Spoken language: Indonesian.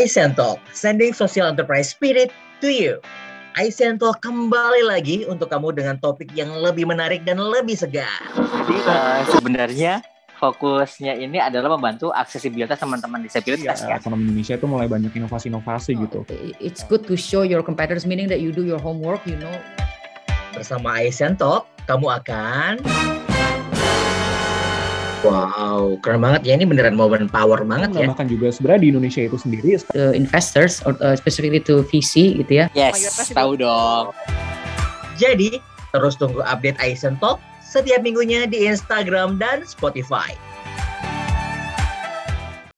iSentol, sending social enterprise spirit to you. iSentol kembali lagi untuk kamu dengan topik yang lebih menarik dan lebih segar. Eh, sebenarnya fokusnya ini adalah membantu aksesibilitas teman-teman disabilitas ya, kan. ekonomi Indonesia itu mulai banyak inovasi-inovasi gitu. Oh, It's good to show your competitors, meaning that you do your homework, you know. Bersama iSentol, kamu akan Wow, keren banget ya ini beneran momen power banget Nah, ya. Bahkan juga sebenarnya di Indonesia itu sendiri To investors or uh, specifically to VC gitu ya. Yes, tahu dong. Jadi, terus tunggu update iSentol setiap minggunya di Instagram dan Spotify.